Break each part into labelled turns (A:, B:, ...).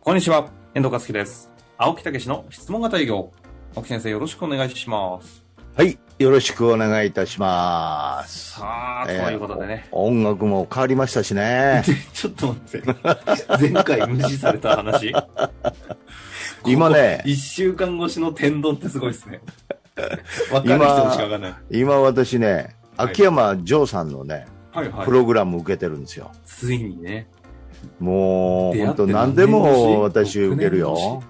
A: こんにちは、遠藤和樹です。青木武の質問型営業。青木先生、よろしくお願いします。
B: はい。よろしくお願いいたします。
A: さあ、と
B: えー
A: いうことで ね。
B: 音楽も変わりましたし ね。
A: ちょっと待って。 前回無視された話。
B: 今ね
A: ここ一週間越しの天丼ってすごい ですね。わかる人にしかわかんない。
B: 今私ね、
A: はい
B: 秋山城さんのね、
A: はいはい
B: プ。ログラム受けてるんですよ。
A: ついにね。
B: もう、
A: 出会っ
B: 本
A: て
B: 当
A: 何
B: 何でも
A: 年越し
B: 私受ける
A: 六年
B: よ。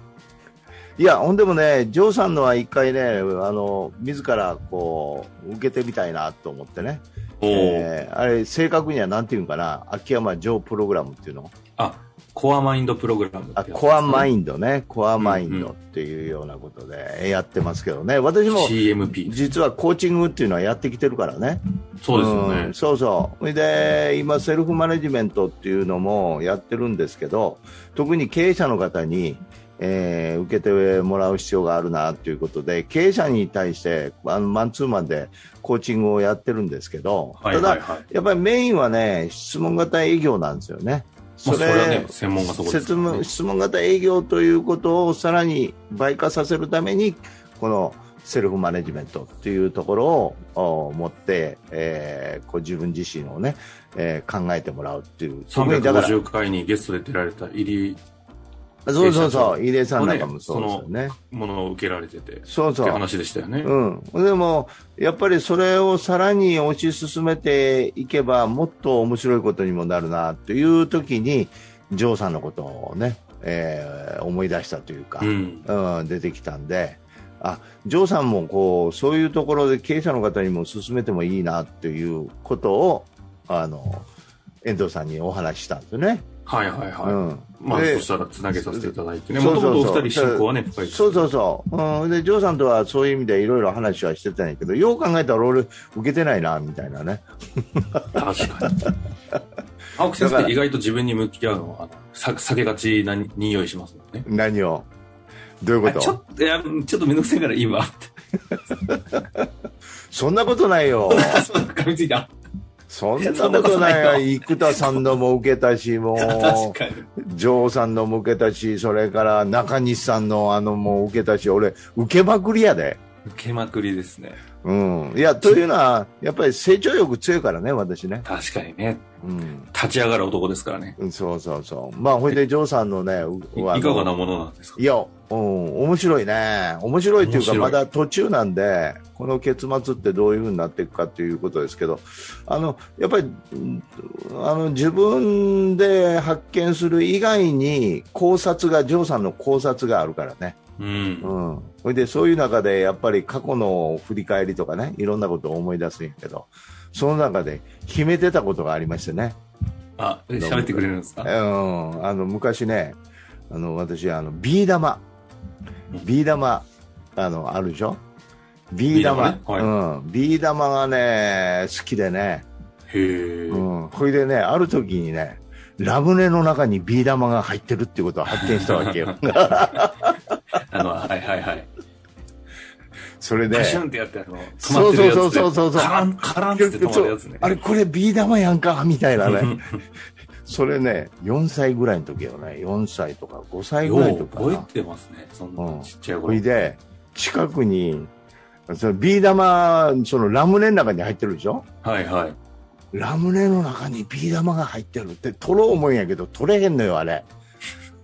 B: いや、ほんでもね、城さんのは一回ね、あの、自らこう、受けてみたいなと思ってね。
A: おお、
B: えーあれ、正確には何て言うんかな、秋山城プログラムっていうの
A: あ、コアマインドプログラム
B: あコアマ
A: イン
B: インドね、コアマイン
A: うんうん
B: ドっていうようなことでやってますけどね、私も
A: CMP。
B: 実はコーチングっていうのはやってきてるからね、
A: そうですよ
B: う
A: ね
B: ん。そうそう、それで今、セルフマネジメントっていうのもやってるんですけど、特に経営者の方に、えー受けてもらう必要があるなということで、経営者に対してあのマンツーマンでコーチングをやってるんですけど、
A: はいは
B: た
A: い
B: だ、
A: はい。
B: やっぱりメインはね、質問型営業なんですよね。
A: まあ、それはね、専門がそこです
B: 質
A: からね、
B: 問質問型営業ということをさらに倍化させるためにこのセルフマネジメントっていうところをお持って、えーこう自分自身をね、えー考えてもらうっていう特にだから
A: 350回にゲストで出られた入り
B: そうそうそう入江さんなんかも
A: そ
B: そうう
A: ね
B: ですよね
A: ものを受けられてて、
B: そう
A: っ
B: そ
A: て
B: う
A: 話でしたよね。
B: うん、でも、やっぱりそれをさらに推し進めていけば、もっと面白いことにもなるなという時に、ジョーさんのことをね、えー思い出したというか、
A: うん。
B: うん、出てきたんで、あ、ジョーさんもこう、そういうところで経営者の方にも勧めてもいいなっていうことを、あの、遠藤さんにお話ししたんですよね。
A: はいはいはい。
B: うん。
A: まあ、
B: で
A: そしたらつなげさせていただいてね。も
B: そう
A: と
B: そうそ
A: も
B: う
A: とお二人進行はね、深い
B: そうそうそう。うん。で、ジョーさんとはそういう意味でいろいろ話はしてたんやけど、よう考えたら俺、受けてないな、みたいなね。
A: 確かに。青木先
B: だ
A: 生っ
B: から
A: て意外と自分に向き合うのは、あのさ避けがちな匂いしますもんね。
B: 何を。どういうこ
A: あちょ
B: と
A: っと、いや、ちょっとめんどくさいから今、
B: そんなことない よ。
A: そう噛みついた。
B: そんなことないよ。生田さんのも受けたし、も
A: 確
B: う。
A: かに。
B: ジョーさんのも受けたし、それから中西さんのあのも受けたし、俺、受けまくりやで。
A: 受けまくりですね。
B: うん。いや、というのは、やっぱり成長欲強いからね、私ね。
A: 確かにね。
B: うん。
A: 立ち上がる男ですからね。
B: そうそうそう。まあ、ほいで、ジョーさんのね、う
A: い
B: あの
A: いかがなものなんですか
B: いや、うん、面白いね。面白いっていう
A: 面
B: か、
A: 白い
B: まだ途中なんで、この結末ってどういうふうになっていくかということですけど、あの、やっぱり、うんあの、自分で発見する以外に考察が、ジョーさんの考察があるからね。
A: うん。
B: うん。ほいで、そういう中で、やっぱり過去の振り返りとかね、いろんなことを思い出すんやけど、その中で決めてたことがありましてね。
A: あ、え喋ってくれるんです
B: う
A: か
B: ん。あの、昔ね、あの、私、あの、ビー玉
A: うん。
B: ビー玉、あの、あるでしょビー
A: ビ
B: 玉。
A: ー玉ね
B: うん。ビー玉がね、好きでね。
A: へえ。
B: うん。ほいでね、ある時にね、ラムネの中にビー玉が入ってるってことを発見したわ けよ。
A: あの、はいはいはい。
B: それで。
A: パシュンってやって、あの、止ま
B: そ
A: っ
B: う
A: てる
B: そう
A: やつで。
B: そうそうそうそう
A: カラン、カランって止まるやつね。
B: あれ、これビー玉やんかみたいな
A: う
B: ね。
A: ん
B: それね、4歳ぐらいの時よね。4歳とか5歳
A: よ
B: ぐらいの
A: う
B: 時か
A: 覚
B: な。
A: えてますね。そん
B: うん
A: なちっちゃい
B: ほ
A: 頃
B: い。で、近くに、そのビー玉、そのラムネの中に入ってるでしょ
A: はいはい。
B: ラムネの中にビー玉が入ってるって取ろう思うんやけど、取れへんのよ、あれ。ん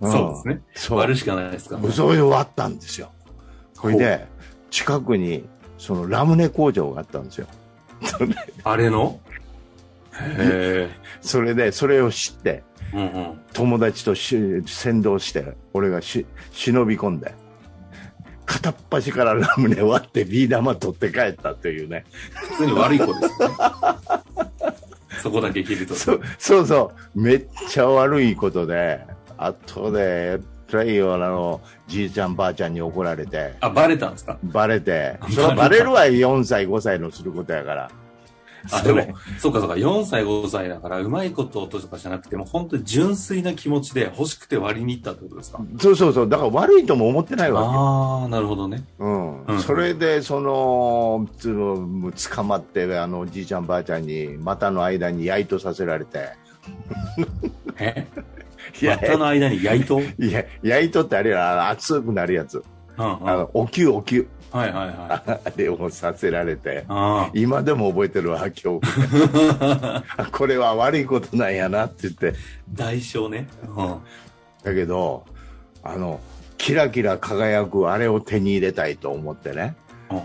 A: そうですね。
B: そう。
A: 割るしかないですからね。
B: そういう割ったんですよ。ほいで、近くに、そのラムネ工場があったんですよ。
A: あれのへ
B: それで、それを知って、
A: え。うんうん。
B: 友達とし先導して、俺がし忍び込んで、片っ端からラムネ割ってビー玉取って帰ったというね。
A: 普通に悪い子で すよね。そこだけ切り取
B: そ
A: る。
B: うそうそう、めっちゃ悪いことで、あとで、プレイヤーのじいちゃんばあちゃんに怒られて、
A: あ、バレたんですか
B: バレて、それはバレるわ、4歳、5歳のすることやから。
A: あ、で
B: それ
A: も、そうかそうか、4歳、5歳だから、うまいこととかじゃなくて、もう本当に純粋な気持ちで欲しくて割りに行ったってことですか
B: そうそうそう、だから悪いとも思ってないわけ。
A: ああ、なるほどね。
B: うん
A: うん
B: それでそのつもう捕まってあのおじいちゃんばあちゃんに股の間にやいとさせられて
A: え
B: いや、
A: 股の間に焼いと。うん
B: いや、焼いとってあれや、あの熱くなるやつ。
A: うん。
B: あ
A: はい
B: の、おきゅうおきゅう。
A: はいはい。
B: あれをさせられて。
A: あ
B: 今でも覚えて るわ、今日。
A: あ。
B: あこれは悪いことなんやなって言って。
A: 代償ね。うん。
B: だけど、あの、キラキラ輝くあれを手に入れたいと思ってね。
A: う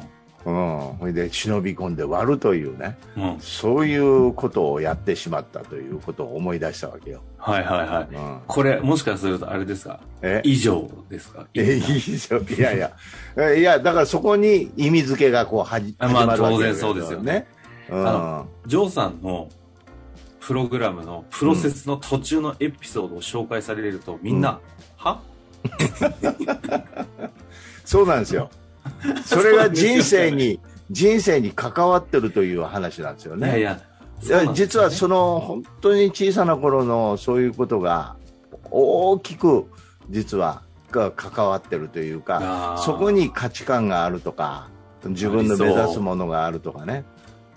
B: うん。ほいで、忍び込んで割るというね。
A: ん。うん。
B: そういうことをやってしまったということを思い出したわけよ。
A: はいはいはい。
B: うん。
A: これ、もしかするとあれですか
B: え
A: 以上ですか
B: え、いいですよ。いやいや。えいや、だからそこに意味付けがこうはじ、
A: あまあ
B: 始まるわけ
A: 当然そうですよね。
B: うん。
A: あジョーさんのプログラムのプロセスの途中のエピソードを紹介されると、みんな、は
B: そうなん ですよ。それが人生に、人生に関わってるという話なんですよ
A: いやい
B: ね。
A: や、
B: いや実は
A: そ
B: その本当に小さな頃のそういうことが大きく実はが関わってるという
A: うなんですよね
B: か、
A: あー
B: そこに価値観があるとか、自分の目指すものがあるとかね。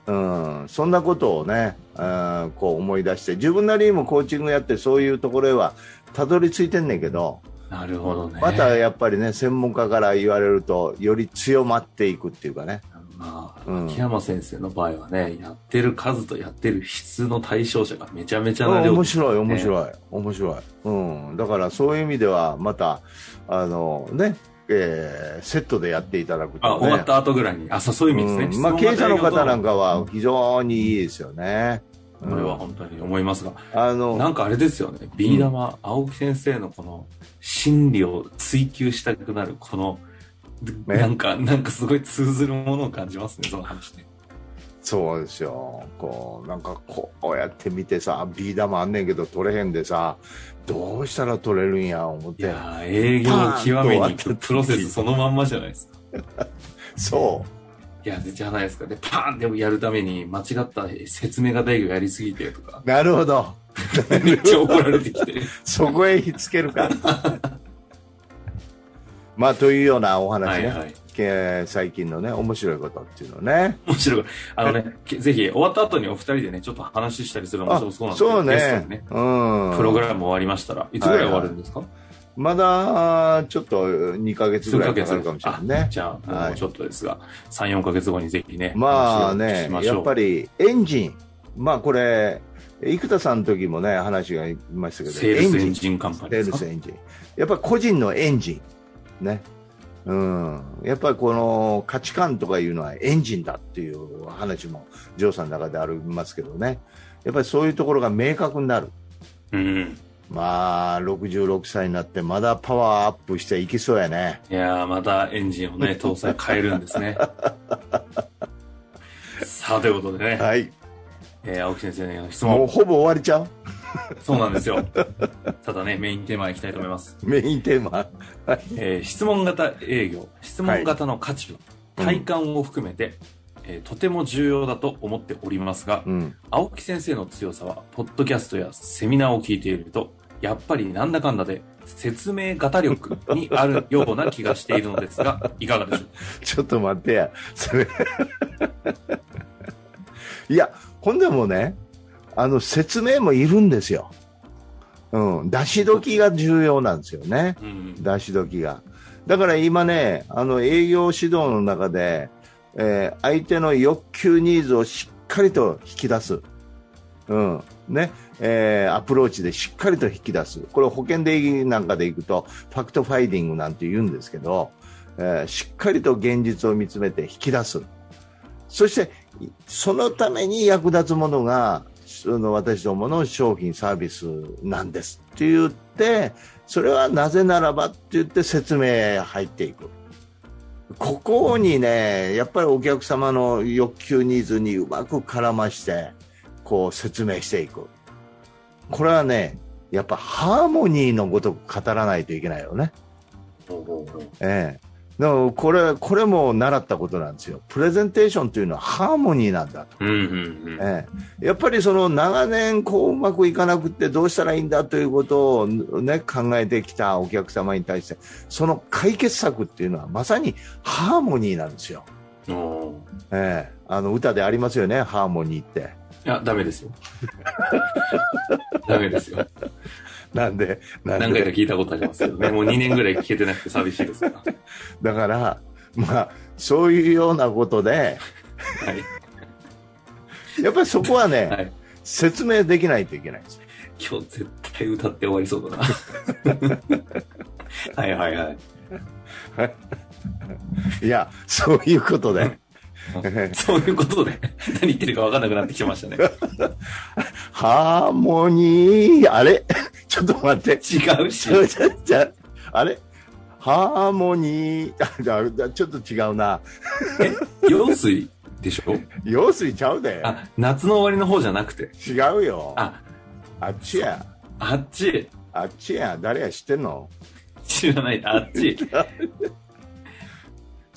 B: うん、そんなことをね、うん、こう思い出して、自分なりにもコーチングやってそういうところへはたどり着いてんねんけど、
A: なるほどね。
B: またやっぱりね、専門家から言われると、より強まっていくっていうかね。
A: まあ、
B: うん
A: 秋山先生の場合はね、やってる数とやってる質の対象者がめちゃめちゃな量
B: 面白い、面白い、面白い。うん。だからそういう意味では、また、あの、ね、えーセットでやっていただく
A: あ、
B: と、ね。
A: 終わった後ぐらいに。あ、そうそういう意味です
B: う
A: ね。
B: んまあ、経営者の方なん
A: か。
B: かは非常にいいですよね。
A: これは本当に思いますが、
B: あの、
A: なんかあれですよね、ビー玉、青木先生のこの心理を追求したくなる、この、
B: ね
A: なんか、なんかすごい通ずるものを感じますね、その話ね。
B: そうですよ。こう、なんかこうやって見てさ、ビー玉あんねんけど取れへんでさ、どうしたら取れるんや、思っ
A: い
B: て。
A: やー営業を極めに行くプロセスそのまんまじゃないですか。
B: そ
A: いや、じゃないですか。で、パーンでもやるために間違った説明が大業やりすぎてと か、
B: う。なるほど。
A: めっちゃ怒られてきて。
B: そこへひっつけるか。まあ、というような お
A: は
B: 話
A: い
B: ね。
A: はい。
B: えー最近のね、面白いことっていうのね。
A: 面白い。あのね、けぜひ終わった後にお二人でね、ちょっと話したりするの面白そうなんで、
B: そう
A: ゲスト
B: ね
A: にね。
B: うん。
A: プログラム終わりましたら、いつぐらい終わるんですか、
B: まだ、ちょっと2ヶ月
A: 数
B: ぐら
A: ヶ
B: いか
A: 月
B: かるかもしれないね
A: あ。じゃあ、
B: はい
A: もうちょっとですが、3、4ヶ月後にぜひね、
B: まあ
A: 話を
B: ね
A: しま、しょう
B: やっぱりエンジン。まあこれ、生田さんの時もね、話がありましたけど、
A: セールスエン
B: ン。
A: ジンカンパニー
B: セ
A: で
B: ー
A: す
B: ル
A: か
B: スエンジン。やっぱり個人のエンジン。ね。うん。やっぱりこの価値観とかいうのはエンジンだっていう話も、ジョーさんの中でありますけどね。やっぱりそういうところが明確になる。
A: うん。
B: まあ、66歳になってまだパワーアップしていきそうやね。
A: いやー、またエンジンをね、搭載変えるんですね。 さあ、ということでね、
B: はい。
A: えー青木先生の質
B: もう
A: 問、
B: ほぼ終わりちゃう
A: そうなんですよ。ただね、メインテーマいきたいと思います。
B: メインテーマ。
A: えー質問型営業、質問型の価値は、
B: はい
A: 体感を含めて、えーとても重要だと思っておりますが、
B: うん。
A: 青木先生の強さは、ポッドキャストやセミナーを聞いていると、やっぱりなんだかんだで説明型力にあるような気がしているのですが、 いかがでしょう
B: ちょっと待ってや。それ。 いや、ほんでもね、あの、説明もいるんですよ。うん。出し時が重要なんですよね。
A: うん。
B: 出し時が。だから今ね、あの、営業指導の中で、えー相手の欲求ニーズをしっかりと引き出す。うん。ね。えーアプローチでしっかりと引き出す。これ保険でなんかで行くと、ファクトファイディングなんて言うんですけど、えーしっかりと現実を見つめて引き出す。そして、そのために役立つものが、その私どもの商品サービスなんですって言って、それはなぜならばって言って説明入っていく。ここにね、やっぱりお客様の欲求ニーズにうまく絡まして、こう説明していく。これはね、やっぱハーモニーのごとく語らないといけないよね。ええ。でもこれ、これも習ったことなんですよ。プレゼンテーションというのはハーモニーなんだと。
A: うんうんうん。
B: ええ、やっぱりその長年こううまくいかなくってどうしたらいいんだということを、ね、考えてきたお客様に対してその解決策っていうのはまさにハーモニーなんですよ、
A: おー
B: ええ、あの歌でありますよねハーモニーって、
A: いや、ダメですよ。ダメですよ。
B: なんで、なん
A: 何回か
B: で、
A: 聞いたことありますけどね。もう2年ぐらい聞けてなくて寂しいですから。
B: だから、まあ、そういうようなことで、
A: はい。
B: やっぱりそこはね、
A: はい。
B: 説明できないといけないんですよ。
A: 今日絶対歌って終わりそうだな。はいはいはい。
B: いや、そういうことで、
A: そういうことで、何言ってるか分かんなくなってきましたね。
B: ハーモニー、あれ ちょっと待って。
A: 違うし
B: ち。ょちょちょあれハーモニーあじゃあじゃあ、ちょっと違うな。
A: 用水でしょ
B: 用水ちゃうで。
A: あ、夏の終わりの方じゃなくて。
B: 違うよ。あ
A: あ、
B: っちや。
A: あっち。
B: あっちや。誰や知ってんの
A: 知らない。あっち。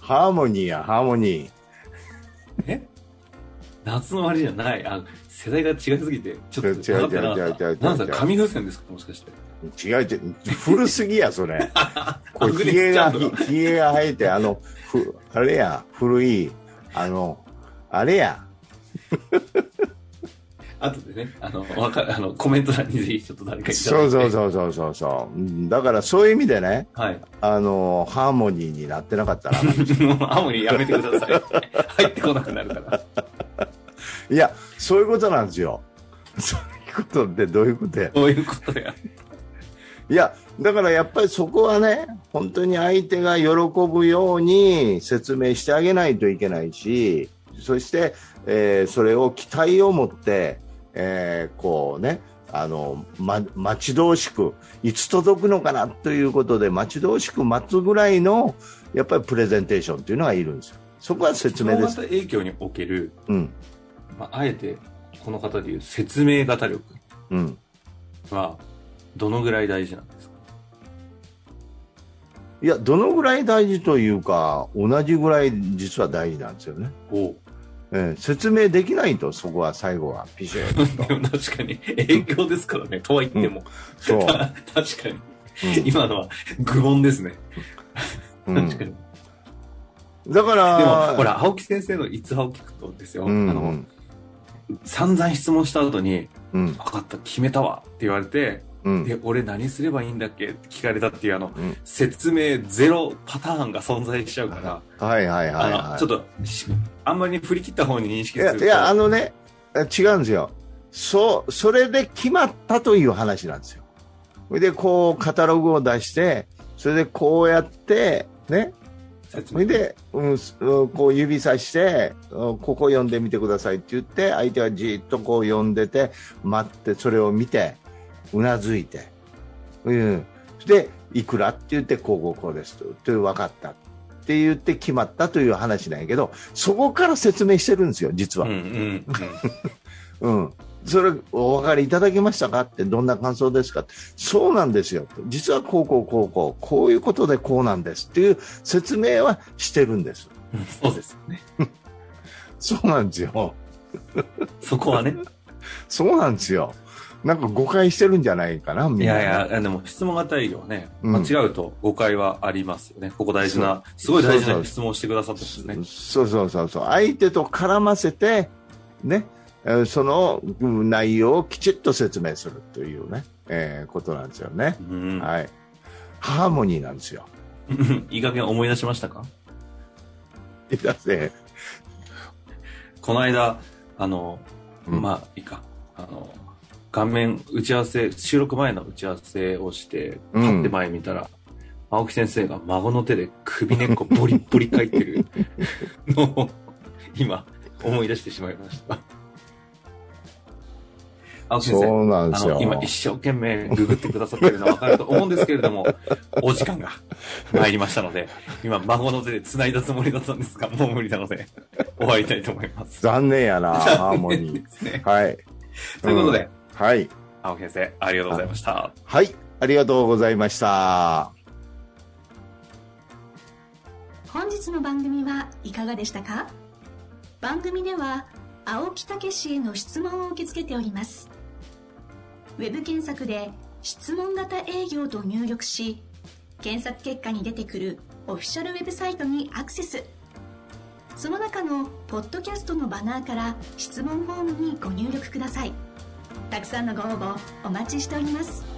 B: ハーモニーや、ハーモニー。
A: え夏の終わりじゃない。あ、世代が違いすぎて、ちょっと
B: 違う
A: 分かってなかった
B: 違う違う違う
A: なんだ、紙風船ですかもしかして。
B: 違う違う。古すぎや、そ れ。こ
A: ア
B: れ
A: グ
B: ひ
A: ネ
B: げ
A: スちゃ
B: が、
A: んと
B: ひ
A: か。
B: ひげが生えて、あの、ふあれや、古い、あの、あれや。
A: 後でね、あの、わかあのコメント欄にぜひちょっと誰かいただ
B: そ
A: いうて
B: そうそうそうそうそううん。だからそういう意味でね、
A: はい。
B: あの、ハーモニーになってなかったら。
A: もう青にやめてください。入ってこなくなるから。
B: いや、そういうことなんですよ。 そういうことってどういうことや。
A: そういうことや。
B: いや、だからやっぱりそこはね、本当に相手が喜ぶように説明してあげないといけないし、そして、えーそれを期待を持って、えーこうね、あの、ま、待ち遠しく、いつ届くのかなということで、待ち遠しく待つぐらいの、やっぱりプレゼンテーションっていうのはいるんですよ。そこは説明で
A: 大
B: す。
A: 型影響における、
B: うん。
A: まあ、あえて、この方でいう説明型力
B: うん。
A: は、どのぐらい大事なんですか
B: いや、どのぐらい大事というか、同じぐらい実は大事なんですよね。
A: おう
B: ええ説明できないと、そこは最後はピシ ュッ
A: で
B: と。
A: も確かに、影響ですからね、とは言っても。
B: そう
A: 確かに。
B: うん
A: 今のは、愚問ですね。
B: う
A: 確かに。
B: んだか
A: でも
B: ら、、
A: ほら、青木先生の逸話を聞くとですよ、
B: うん、
A: あの、散々質問した後に、
B: うん、
A: 分かった、決めたわって言われて、
B: うん、
A: で、俺何すればいいんだっけって聞かれたっていう、あの、
B: うん
A: 説明ゼロパターンが存在しちゃうから、
B: はいはいはい、
A: あ
B: は
A: の
B: い。
A: ちょっとし、あんまり振り切った方に認識
B: い
A: す
B: や、
A: る
B: い
A: と。
B: や、あのね、違うんですよ。そう、それで決まったという話なんですよ。それで、こう、カタログを出して、それでこうやって、ね、
A: 説
B: それ
A: 明
B: で、うん、すうんこう指さして、うんここ読んでみてくださいって言って、相手はじっとこう読んでて、待って、それを見て、うなずいて、うん。で、いくらって言って、こうこうこうですと、と分かったって言って決まったという話なんやけど、そこから説明してるんですよ、実
A: うん
B: は。
A: うんうん。
B: うん。それ、お分かりいただけましたかって、どんな感想ですかってそうなんですよ。実はこうこうこうこう、こういうことでこうなんですっていう説明はしてるんです。
A: そうですよね。
B: そうなんですよ。
A: そこはね。
B: そうなんですよ。なんか誤解してるんじゃないかな、みん
A: い
B: な。
A: やいや、でも質問型営業はね、
B: うん
A: 間違うと誤解はありますよね。ここ大事な、すごい大事な質問をしてくださったんですね。
B: そうそうそうそう。相手と絡ませて、ね、えーそのうん内容をきちっと説明するというね、えーことなんですよね。
A: うん。
B: はい。ハーモニーなんですよ。
A: いい加減思い出しましたか
B: いやね
A: この間、あの、
B: うん
A: まあ、いいか。あの、顔面打ち合わせ、収録前の打ち合わせをして、
B: うん
A: 立って前見たら、青木先生が孫の手で首根っこボリッボリ書いて るのを、今、思い出してしまいました。青木先生。
B: そうなんで
A: あ
B: すよ
A: の、。今一生懸命ググってくださってるのは分かると思うんですけれど も、お時間が参りましたので、今孫の手で繋いだつもりだったんですが、もう無理なので、終わりたいと思います。
B: 残念やな、ハーモ ニ
A: ですね。
B: ー。はい。
A: ということで
B: んはい。
A: 青木先生、ありがとうございました。
B: はい。ありがとうございました。
C: 本日の番組はいかがでしたか番組では青木武氏への質問を受け付けておりますウェブ検索で「質問型営業」と入力し検索結果に出てくるオフィシャルウェブサイトにアクセスその中のポッドキャストのバナーから質問フォームにご入力くださいたくさんのご応募お待ちしております